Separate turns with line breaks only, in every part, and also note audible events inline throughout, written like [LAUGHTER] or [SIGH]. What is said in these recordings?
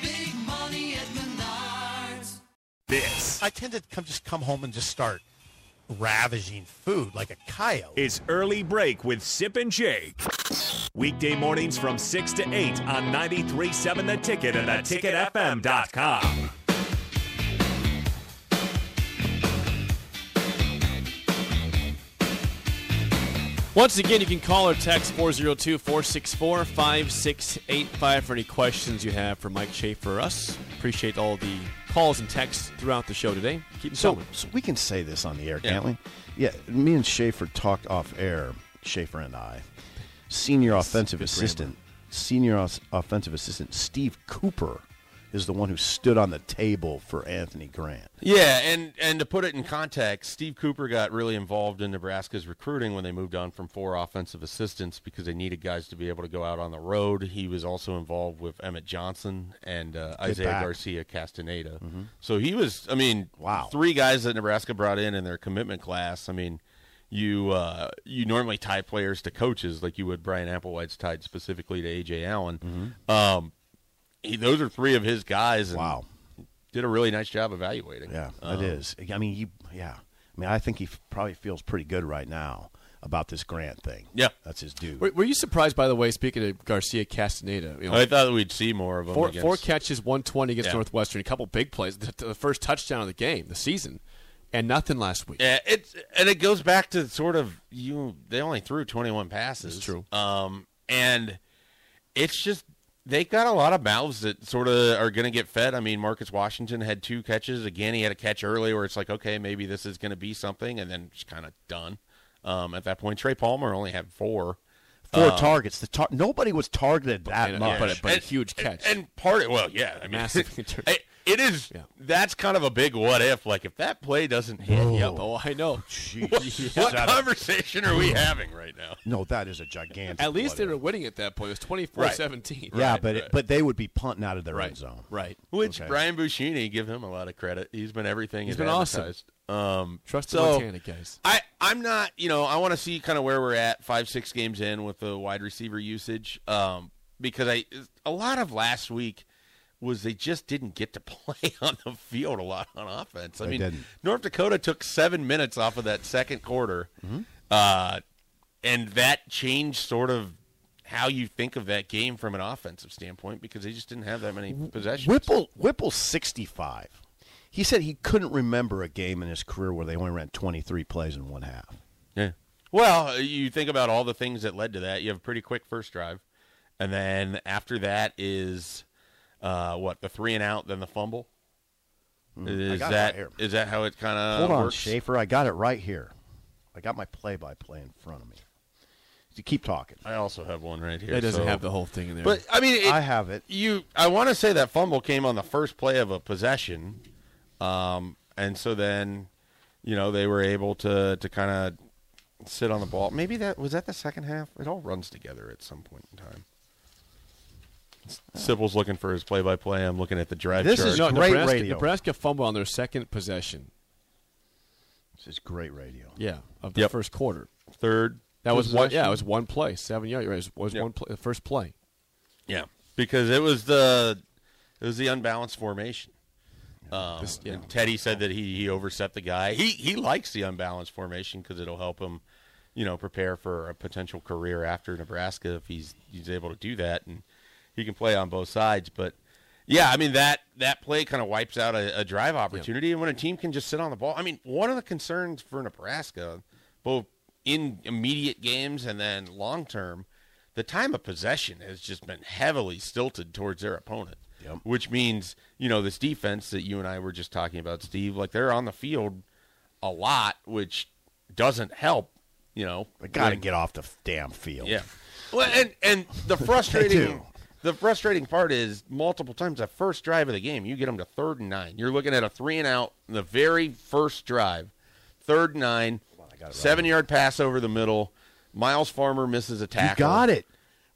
big money at Menards.
This
I tend to come just come home and just start ravaging food like a coyote.
is Early Break with Sip and Jake. Weekday mornings from 6 to 8 on 93.7 The Ticket and theticketfm.com.
Once again, you can call or text 402 464 5685 for any questions you have for Mike Schaefer or us. Appreciate all the calls and texts throughout the show today. Keep them
So,
coming.
so we can say this on the air,
Yeah.
can't we? Yeah, me and Schaefer talked off air. Schaefer and I, senior offensive assistant, senior os- offensive assistant Steve Cooper, is the one who stood on the table for Anthony Grant.
Yeah, and and to put it in context, Steve Cooper got really involved in Nebraska's recruiting when they moved on from four offensive assistants because they needed guys to be able to go out on the road. He was also involved with Emmett Johnson and uh, Isaiah
back. Mm-hmm.
Garcia Castaneda. So he was, I mean,
Wow.
three guys that Nebraska brought in in their commitment class. I mean, you uh, you normally tie players to coaches like you would Brian Applewhite's tied specifically to AJ Allen. Um, he, those are three of his guys. And
Mm-hmm. Wow.
did a really nice job evaluating.
Yeah,
Oh.
that is. I mean, you. Yeah, I mean, I think he f- probably feels pretty good right now about this Grant thing.
Yeah.
that's his dude.
Were, were you surprised, by the way, speaking of Garcia Castaneda? You know,
I thought we'd see more of them.
four,
against-
four catches, 120 against
Yeah.
Northwestern, a couple big plays, the, the first touchdown of the game, the season, and nothing last week.
Yeah, it's and it goes back to sort of you. They only threw twenty one passes.
That's true.
Um, and it's just they got a lot of mouths that sort of are going to get fed. I mean, Marcus Washington had two catches. Again, he had a catch early where it's like, okay, maybe this is going to be something, and then just kind of done. Um, at that point, Trey Palmer only had four.
Four targets. The tar- nobody was targeted that
and-
much.
um, but a- but a huge catch.
And, part of well, yeah, I mean, [LAUGHS]
Massive return.
I- it is.
Yeah.
That's kind of a big what if. Like if that play doesn't hit, yep,
Oh, I
[LAUGHS]
know.
Jeez.
what
That-
conversation are we having right now?
no, that is a gigantic.
At least they
what
were
if.
winning at that point. It was 24 17.
Yeah,
right,
but it,
right.
but they would be punting out of their
Right.
end zone.
Right.
Which
Okay.
Brian Buscini, give him a lot of credit. He's been everything.
He's
as
been awesome.
advertised. Um,
Trust
so-
the Montana guys.
I I'm not. You know, I want to see kind of where we're at five six games in with the wide receiver usage. Um, because I a lot of last week was they just didn't get to [LAUGHS] play on the field a lot on offense. I
They
mean,
didn't.
North Dakota took seven minutes off of that second quarter,
Mm-hmm.
uh, and that changed sort of. How you think of that game from an offensive standpoint because they just didn't have that many possessions.
Whipple Whipple sixty five. He said he couldn't remember a game in his career where they only ran twenty three plays in one half.
Yeah. Well, uh, you think about all the things that led to that. You have a pretty quick first drive, and then after that is uh, what the three and out, then the fumble.
Hmm. I
Is
got it
that
right here.
is that how it kind of
Hold on,
works?
Schaefer. I got it right here. I got my play by play in front of me. You keep talking.
I also have one right here.
That doesn't
so-
have the whole thing in there.
But I mean, it,
I have it.
you. I want to say that fumble came on the first play of a possession, um, and so then, you know, they were able to to kind of sit on the ball. Maybe that was that the second half. It all runs together at some point in time. Sybil's looking for his play-by-play. I'm looking at the drive
This
chart.
is
no,
great
Nebraska,
radio.
Nebraska fumble on their second possession.
This is great radio.
Yeah, of the
Yep.
first quarter.
third.
That was one.
possession.
Yeah, it was one play, seven yards. It was, was
Yep.
one play, the first play.
yeah, because it was the it was the unbalanced formation. Um,
This- yeah.
and Teddy said that he he overset the guy. He he likes the unbalanced formation because it'll help him, you know, prepare for a potential career after Nebraska if he's he's able to do that and he can play on both sides. But yeah, I mean that that play kind of wipes out a, a drive opportunity, and when a team can just sit on the ball, I mean, one of the concerns for Nebraska, both in immediate games and then long term, the time of possession has just been heavily stilted towards their opponent which means you know this defense that you and I were just talking about, Steve. Like they're on the field a lot, which doesn't help. You know,
I got to
when-
get off the f- damn field. [LAUGHS]
Yeah. Well, and and the frustrating
do.
the frustrating part is multiple times the first drive of the game, you get them to third and nine. You're looking at a three and out in the very first drive, third and nine, seven yard pass over the middle. Miles Farmer misses a
You
tackle.
got it.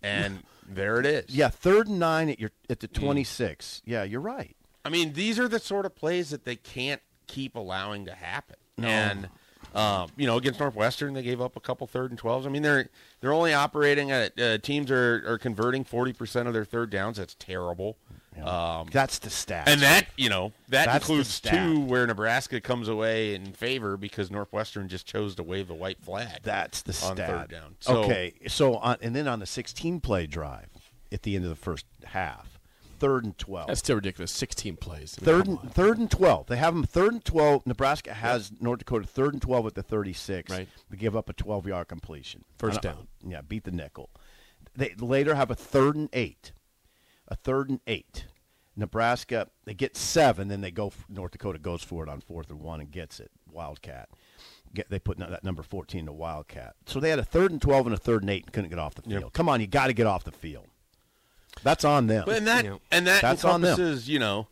and there it is.
Yeah, third and nine at your at
Mm.
the twenty six. Yeah, you're right.
I mean, these are the sort of plays that they can't keep allowing to happen. And um, you know, against Northwestern, they gave up a couple third and twelves. I mean, they're they're only operating at uh, teams are are converting forty percent of their third downs. That's terrible. Um,
That's the stat.
and that you know that
That's the
includes
stat.
two where Nebraska comes away in favor because Northwestern just chose to wave the white flag.
That's the
on
stat.
third down. So-
okay, so on, and then on the 16 play drive at the end of the first half, third and 12.
That's still ridiculous. 16 plays. I mean,
third
come on.
and, third and 12. They have them third and 12. Nebraska has North Dakota third and 12 at the 36.
Right.
They give up a 12 yard completion.
First
I don't-
down.
Yeah, beat the nickel. They later have a third and 8. A third and 8. Nebraska, they get seven, then they go. North Dakota goes for it on fourth and one and gets it. Wildcat. Get, they put that number 14 to Wildcat. So they had a third and 12 and a third and 8 and couldn't get off the field. Come on, you got to get off the field. That's on them.
But and that and that
That's on them.
encompasses, you know,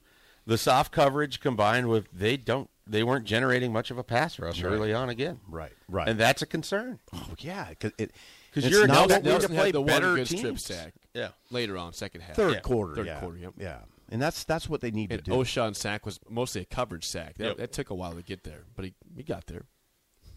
the soft coverage combined with they don't they weren't generating much of a pass rush early on again.
Right, right.
And that's a concern.
Oh, yeah, because it,
'Cause
it's
you're
not
Nelson-
what
Nelson
we
Nelson
to
had
play
the one
better
good strip
teams.
sack
Yeah.
later on, second half.
third
Yeah,
quarter,
third
yeah.
quarter, yep.
yeah, and that's that's what they need to
And
do.
O'Shawn sack was mostly a coverage sack. That,
Yep.
that took a while to get there, but he, he got there.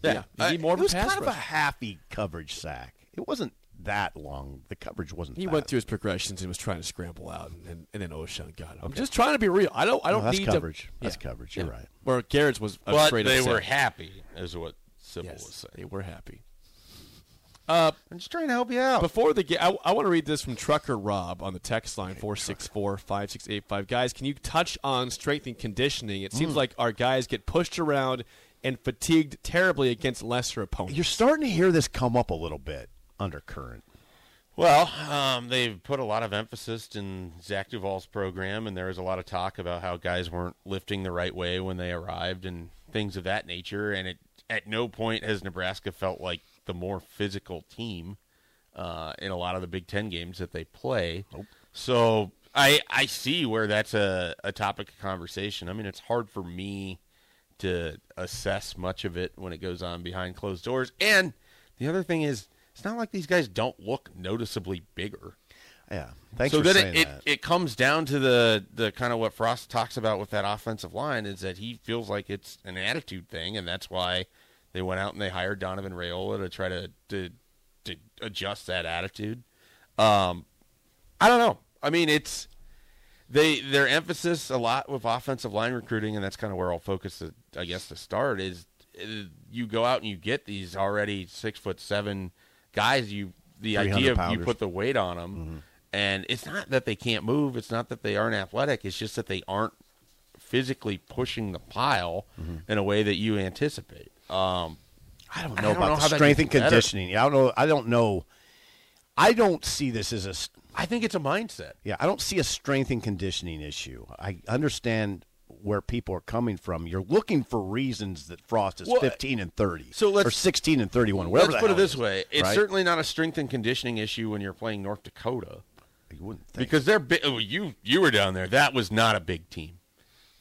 Yeah.
Yeah. He need more
Uh, it
of a
was
pass
kind of a
rush.
happy coverage sack. It wasn't that long. The coverage wasn't.
He
that.
went through his progressions and was trying to scramble out, and, and, and then O'Shawn got him. I'm just trying to be real. I don't. I
No,
don't
that's
need
coverage.
To,
That's
Yeah.
coverage. You're right.
Where Garrett's was a
But
straight
they
up
were
sack.
happy is what Sybil was
Yes,
saying.
they were happy.
I'm just trying to help you out.
Before the game, I, want to read this from Trucker Rob on the text line 464 5685. Guys, can you touch on strength and conditioning? It seems like our guys get pushed around and fatigued terribly against lesser opponents.
You're starting to hear this come up a little bit undercurrent.
Well, um, they've put a lot of emphasis in Zach Duvall's program, and there was a lot of talk about how guys weren't lifting the right way when they arrived and things of that nature. And it, at no point has Nebraska felt like the more physical team uh, in a lot of the Big Ten games that they play. So I, I see where that's a, a topic of conversation. I mean, it's hard for me to assess much of it when it goes on behind closed doors. And the other thing is, it's not like these guys don't look noticeably bigger.
Yeah. Thanks
so
for
then
saying
it, it,
that.
it comes down to the, the kind of what Frost talks about with that offensive line is that he feels like it's an attitude thing, and that's why they went out and they hired Donovan Rayola to try to to, to adjust that attitude. Um, I don't know. I mean, it's they their emphasis a lot with offensive line recruiting, and that's kind of where I'll focus. The, I guess to start is uh, you go out and you get these already six foot seven guys. You the idea of you
300-pounders.
put the weight on them,
Mm-hmm.
and it's not that they can't move. It's not that they aren't athletic. It's just that they aren't physically pushing the pile
Mm-hmm.
in a way that you anticipate. Um,
I don't know
I don't
about
know
the
how that
strength and
gets better.
conditioning. Yeah, I don't know. I don't know. I don't see this as a s-
I think it's a mindset.
Yeah, I don't see a strength and conditioning issue. I understand where people are coming from. You're looking for reasons that Frost is
Well, uh,
15 and 30,
so let's-
or 16 and 31, whatever.
Let's
the
put it
hell
this
is,
way: it's
right?
certainly not a strength and conditioning issue when you're playing North Dakota.
You wouldn't think.
because they're big. Oh, you you were down there. That was not a big team.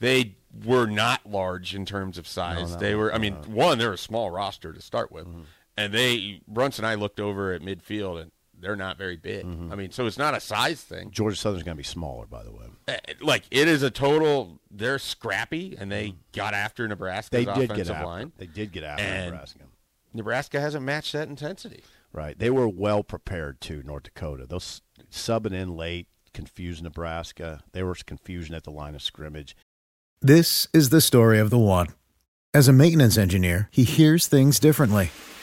They were not large in terms of size. they were. I mean, one they're a small roster to start with,
Mm-hmm.
and they Brunson and I looked over at midfield, and they're not very big.
Mm-hmm.
I mean, so it's not a size thing.
Georgia Southern's going to be smaller, by the way.
Eh, Like it is a total. They're scrappy, and they got after Nebraska's
Mm-hmm. They did
offensive
get after.
line.
They did get after
And-
Nebraska.
Nebraska hasn't matched that intensity.
Right. They were well prepared to North Dakota. Those subbing in late confused Nebraska. There was confusion at the line of scrimmage.
This is the story of the one. As a maintenance engineer, he hears things differently.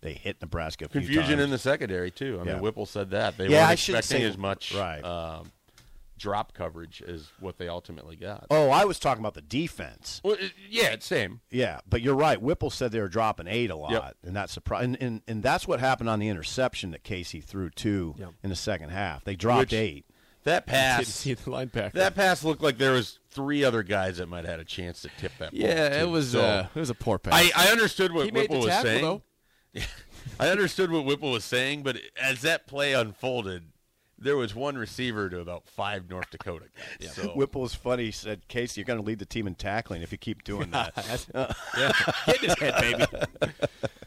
They hit Nebraska. A few
Confusion
times.
in the secondary too. I
Yeah.
mean, Whipple said that they
Yeah,
weren't
I shouldn't
expecting
say-
as much
Right.
um, drop coverage as what they ultimately got.
Oh, I was talking about the defense.
Well, it- yeah, it's same.
Yeah, but you're right. Whipple said they were dropping eight a lot,
Yep.
and that's surprised. And, and and that's what happened on the interception that Casey threw too in the second half. They dropped
Which-
eight.
[LAUGHS]
That
Didn't
pass.
see the linebacker.
That pass looked like there was three other guys that might have had a chance to tip that. ball,
yeah,
too.
it was
So,
uh, it was a poor pass.
I, I understood what
He made the
Whipple was
tackle,
saying.
though.
I understood what Whipple was saying, but as that play unfolded, there was one receiver to about five North Dakota
[LAUGHS]
guys. So
Whipple's funny. He said, "Casey, you're going to lead the team in tackling if you keep doing [LAUGHS] that."
[LAUGHS] Get in his head, baby.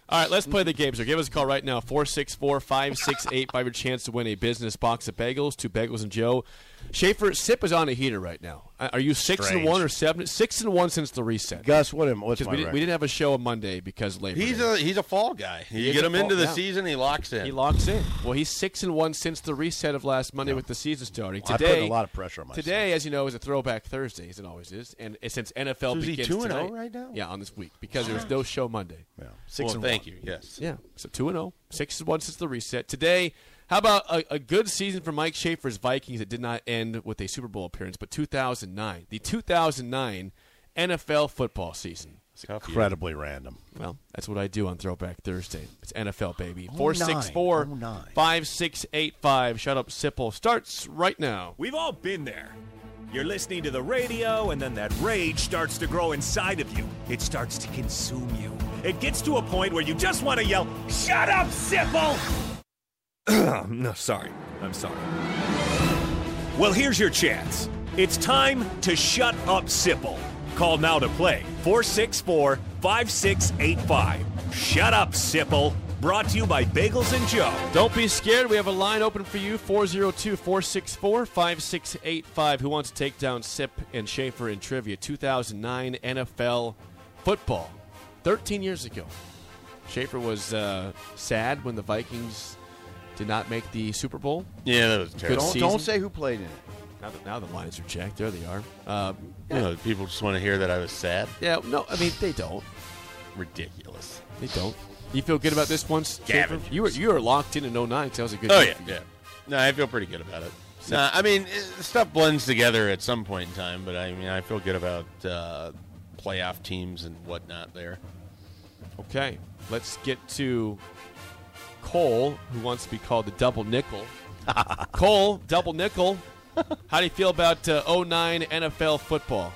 All right, let's play the game. So give us a call right now 464 568 for your chance to win a business box of bagels, two bagels and Joe. Schaefer, Sip is on a heater right now. Uh, Are you 6 and 1 or 7? 6 and 1 since the reset.
Gus, what am what's
Because
my
we, didn't- we
record?
didn't have a show on Monday because Labor
he's
Day.
a he's a fall guy. You
is
get
a
him
fall-
into the
yeah.
season, he locks in.
He locks in. Well, he's six and one since the reset of last Monday with the season starting.
I put
Today,
a lot of pressure on myself.
Today, as you know, is a throwback Thursday, as it always is, and uh, since NFL
So is he
begins
2 and 0
tonight-
right now?
yeah, on this week because there was no show Monday.
Yeah. Six
well,
and
thank
one.
you. Yes.
Yeah, so two and zero, six and one since the reset. Today, how about a, a good season for Mike Schaefer's Vikings that did not end with a Super Bowl appearance, but 2009, the 2009 NFL football season.
Incredibly random.
Well, that's what I do on Throwback Thursday. It's NFL, baby.
Oh,
464
nine. Oh, nine.
5685. Shut up, Sipple. Starts right now.
We've all been there. You're listening to the radio, and then that rage starts to grow inside of you. It starts to consume you. It gets to a point where you just want to yell, Shut up, Sipple! [CLEARS THROAT] no, sorry. I'm sorry. Well, here's your chance. It's time to shut up, Sipple. Call now to play 464 5685. Shut up, Sipple. Brought to you by Bagels and Joe.
Don't be scared. We have a line open for you 402 464 5685. Who wants to take down Sip and Schaefer in trivia? 2009 NFL football. 13 years ago. Schaefer was uh, sad when the Vikings did not make the Super Bowl.
Yeah, that was terrible.
Don't-
Don't,
season.
don't
say
say who played in it.
Now that now the lines are checked. There they are. Uh,
You know, people just want to hear that I was sad.
yeah, no, I mean, they don't.
Ridiculous.
They don't. You feel good about this one, Schaefer?
Scavengers.
You were you were locked in in 09, so that was a good
Oh
year
yeah,
for you.
yeah. No, I feel pretty good about it. Nah, I mean, it- stuff blends together at some point in time, but I mean, I feel good about uh, playoff teams and whatnot. There,
Okay, let's get to Cole, who wants to be called the
[LAUGHS]
double nickel. Cole, double nickel. How do you feel about uh, 09 NFL football?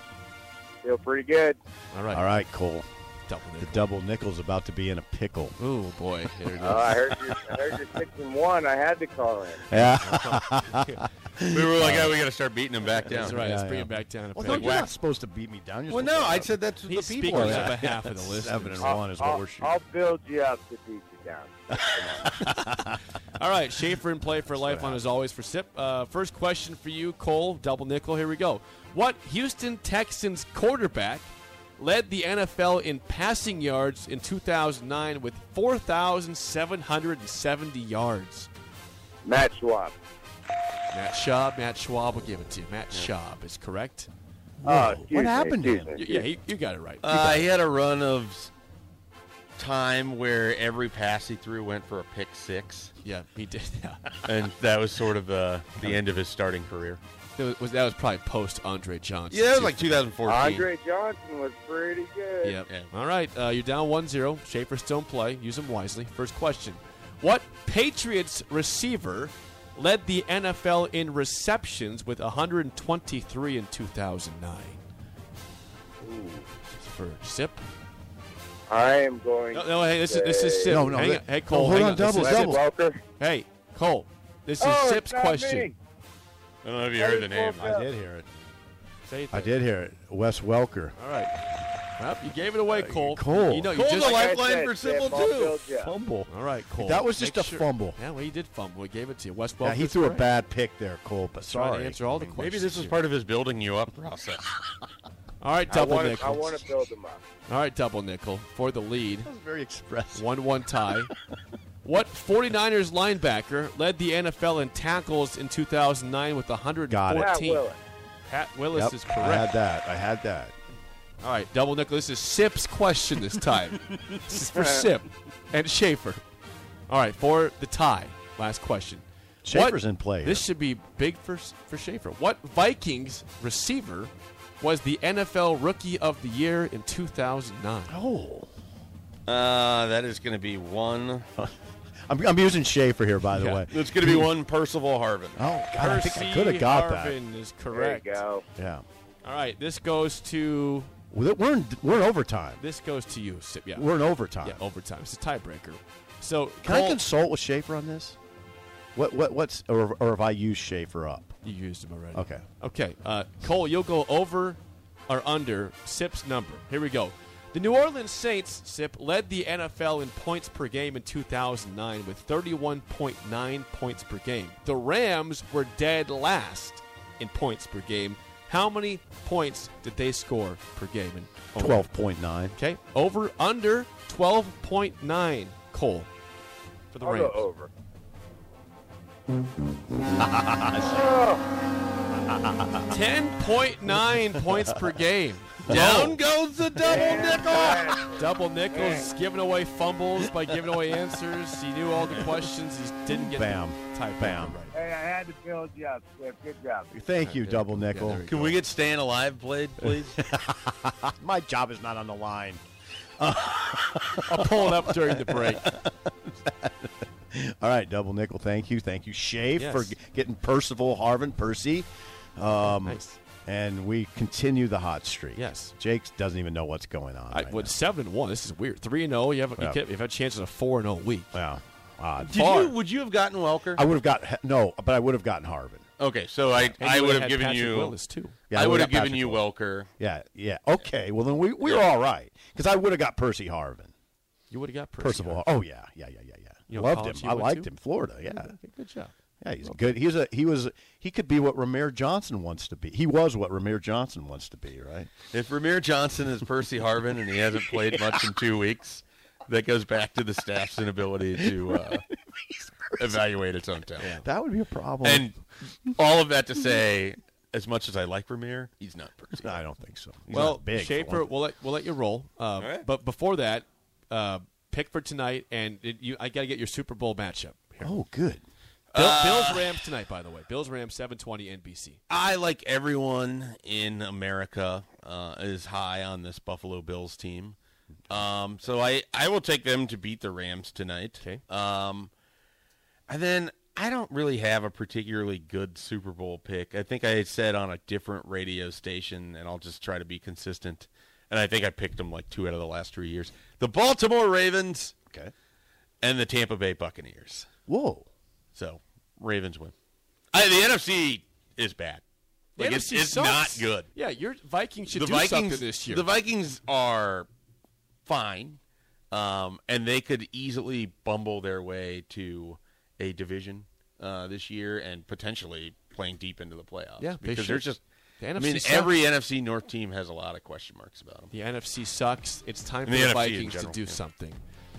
Feel pretty good.
All right,
All right, Cole.
double
The
nickel.
double nickel's about to be in a pickle.
Oh boy,
[LAUGHS]
here it
Uh, I heard you. I heard you're six and one. I had to call in.
[LAUGHS] Yeah.
we were like, oh, we got to start beating them back down.
That's right. let's
Yeah,
bring
yeah.
it back down. a
well,
peg.
no, you're
whack.
not supposed to beat me down. You're
Well,
supposed
no,
to-
I said that's what
He's
the
speaking
people.
on
are at.
behalf of the
[LAUGHS]
list.
Seven and
I'll-
one is what
I'll-
we're shooting.
I'll build you up to beat you down.
All right, Schaefer in play for life on as always for Sip. Uh, first question for you, Cole, double nickel. Here we go. What Houston Texans quarterback led the NFL in passing yards in 2009 with 4,770 yards?
Matt Schwab.
Matt Schaub, Matt Schwab, will give it to you. Matt Schaub is correct.
Oh, excuse
what
me,
happened to
excuse
him?
me.
Y- Yeah, he, you got it right.
Uh, he had a run of s- time where every pass he threw went for a pick six,
yeah, he did. [LAUGHS] Yeah.
and that was sort of uh, the end of his starting career.
That, was, that was probably post Andre Johnson.
Yeah, that was
too.
like 2014.
Andre Johnson was pretty good.
Yep.
Yeah.
All right. Uh, you're down 1 0. Schaefer still in play. Use him wisely. First question What Patriots receiver led the NFL in receptions with 123 in 2009. For Sip.
I am going.
No, no, hey, this is this is Sip.
No, no,
Hang
that-
on. Hey, Cole.
no, hold
hang
on,
This
double,
is
Wes
Sip's-
double.
Welker.
Hey, Cole. This is
Oh, it's
Sip's
not
question.
me.
I don't know if you heard the name.
I did hear it.
Say it
I
then.
did hear it. Wes Welker.
All right. Well, you gave it away, Cole.
Cole.
You know, you
Cole
just
the
Like I
lifeline
said,
for
Sip,
Simple
I'll
too.
build ya.
Fumble.
All right, Cole.
That was
Make
just a
sure-
fumble.
Yeah, well, he did fumble. We gave it to you. Wes
Yeah, he
Welker's
threw a
correct.
bad pick there, Cole. But
Trying
sorry.
to answer all the questions.
Maybe this was
here.
part of his building you up process.
All right,
I
double
want,
nickel.
I want to build them up.
All right, double nickel for the lead.
That was very expressive.
1 1 tie. [LAUGHS] what 49ers linebacker led the NFL in tackles in 2009 with 114?
Pat Willis.
Pat Willis
Yep,
is
I had
correct.
that. I had that.
All right, double nickel. This is Sip's question
[LAUGHS]
this time. this is for Sip and Schaefer. All right, for the tie. Last question.
Schaefer's in play
This
here.
should be big for for Schaefer. What Vikings receiver was the NFL Rookie of the Year in 2009?
Oh.
Uh, that is going to be one.
I'm, I'm using Schaefer here, by the
Yeah.
way.
It's going to be one Percival Harvin.
Oh, God, I think I
Percy
could have got
Harvin is
There you
correct.
go.
that. Yeah.
All right, this goes to
Well, We're in, we're in overtime.
this goes to you. Sip, yeah,
We're in overtime.
yeah, overtime. It's a tiebreaker. So
Can I
Cole-
consult with Schaefer on this? What what what's or, or have I used Schaefer up?
You used him already.
Okay.
Okay. Uh, Cole, you'll go over or under Sip's number. Here we go. The New Orleans Saints, Sip, led the NFL in points per game in 2009 with 31.9 points per game. The Rams were dead last in points per game. How many points did they score per game? In over?
Twelve point nine.
Okay. Over, under 12.9, Cole, for the
I'll
Rams.
go over.
Ten point nine points per [LAUGHS] game. Down goes the double nickel. [LAUGHS] double nickels giving away fumbles by giving away answers. He knew all the questions. He didn't get
Bam.
the type
Bam.
right.
Hey, I had to build you up, Sip. Good job.
Thank you,
Yeah,
double
there
nickel.
you go.
Can we get Staying Alive played, please?
My job is not on the line.
[LAUGHS] I'll pull it up during the [LAUGHS] break.
All right, double nickel. Thank you, thank you, Shave,
Yes.
for g- getting Percival, Harvin, Percy,
nice.
and we continue the hot streak.
Yes.
Jake doesn't even know what's going on.
I,
right
well,
now.
seven and one. This is weird. Three and zero. You have
Yeah.
you kept, you've had chances of four and zero week.
Wow. Odd.
Did
Far.
you? Would you have gotten Welker?
I would have got no, but I would have gotten Harvin.
okay, so I
And
I
you
would
had
have given
Patrick
you.
Willis too.
Yeah, I
I would have
would've got
given you
Patrick
Welker.
Yeah, yeah. Okay. Well, then we we're all right because I would have got Percy Harvin.
You would have got Percy.
Percival. Oh yeah, yeah, yeah, yeah, yeah.
You know,
Loved
college
him.
you
I
went
liked
to?
him. Florida. Yeah.
Okay, good job.
Yeah, he's good. He's a he was he could be what Ramir Johnson wants to be. He was what Ramir Johnson wants to be, right?
If Ramir Johnson is Percy Harvin and he hasn't played much in two weeks, that goes back to the staff's inability to uh, evaluate its own talent.
That would be a problem.
And all of that to say, as much as I like Ramir, he's not Percy.
No, I don't think so. He's
well,
not big for
Schaefer,
one.
we'll let, we'll let you roll. Uh,
right.
But before that, uh, pick for tonight, and it, you, I got to get your Super Bowl matchup. Here.
Oh, good.
Bill,
Uh,
Bills Rams tonight, by the way. Bills Rams, seven twenty NBC.
I, like everyone in America, uh, is high on this Buffalo Bills team. Um, so I, I will take them to beat the Rams tonight.
Okay.
Um, and then I don't really have a particularly good Super Bowl pick. I think I said on a different radio station, and I'll just try to be consistent. And I think I picked them like two out of the last three years. The Baltimore Ravens
Okay.
and the Tampa Bay Buccaneers.
Whoa.
So Ravens win. I, the NFC is bad.
The
Like, it's,
NFC
it's not
sucks.
good.
Yeah, your Vikings should
The
do
Vikings
something this year.
The Vikings are fine, um, and they could easily bumble their way to a division uh, this year and potentially playing deep into the playoffs.
Yeah, they
because
should.
there's just.
The
I
NFC
mean,
sucks.
every NFC North team has a lot of question marks about them.
the NFC sucks. It's time for
And
the,
the NFC in
Vikings
general,
to do
yeah.
something.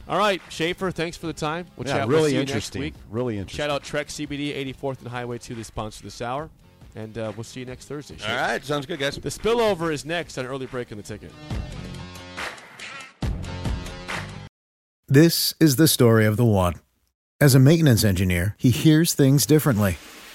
All right, Schaefer, thanks for the time. We'll
Yeah,
chat. we'll
really
see you
interesting.
Next week.
Really interesting.
Shout out Trek CBD, 84th and Highway 2, the sponsor this hour, and uh, we'll see you next Thursday.
All
Schaefer.
right, sounds good, guys.
The spillover is next on early break in the ticket.
This is the story of the one. As a maintenance engineer, he hears things differently.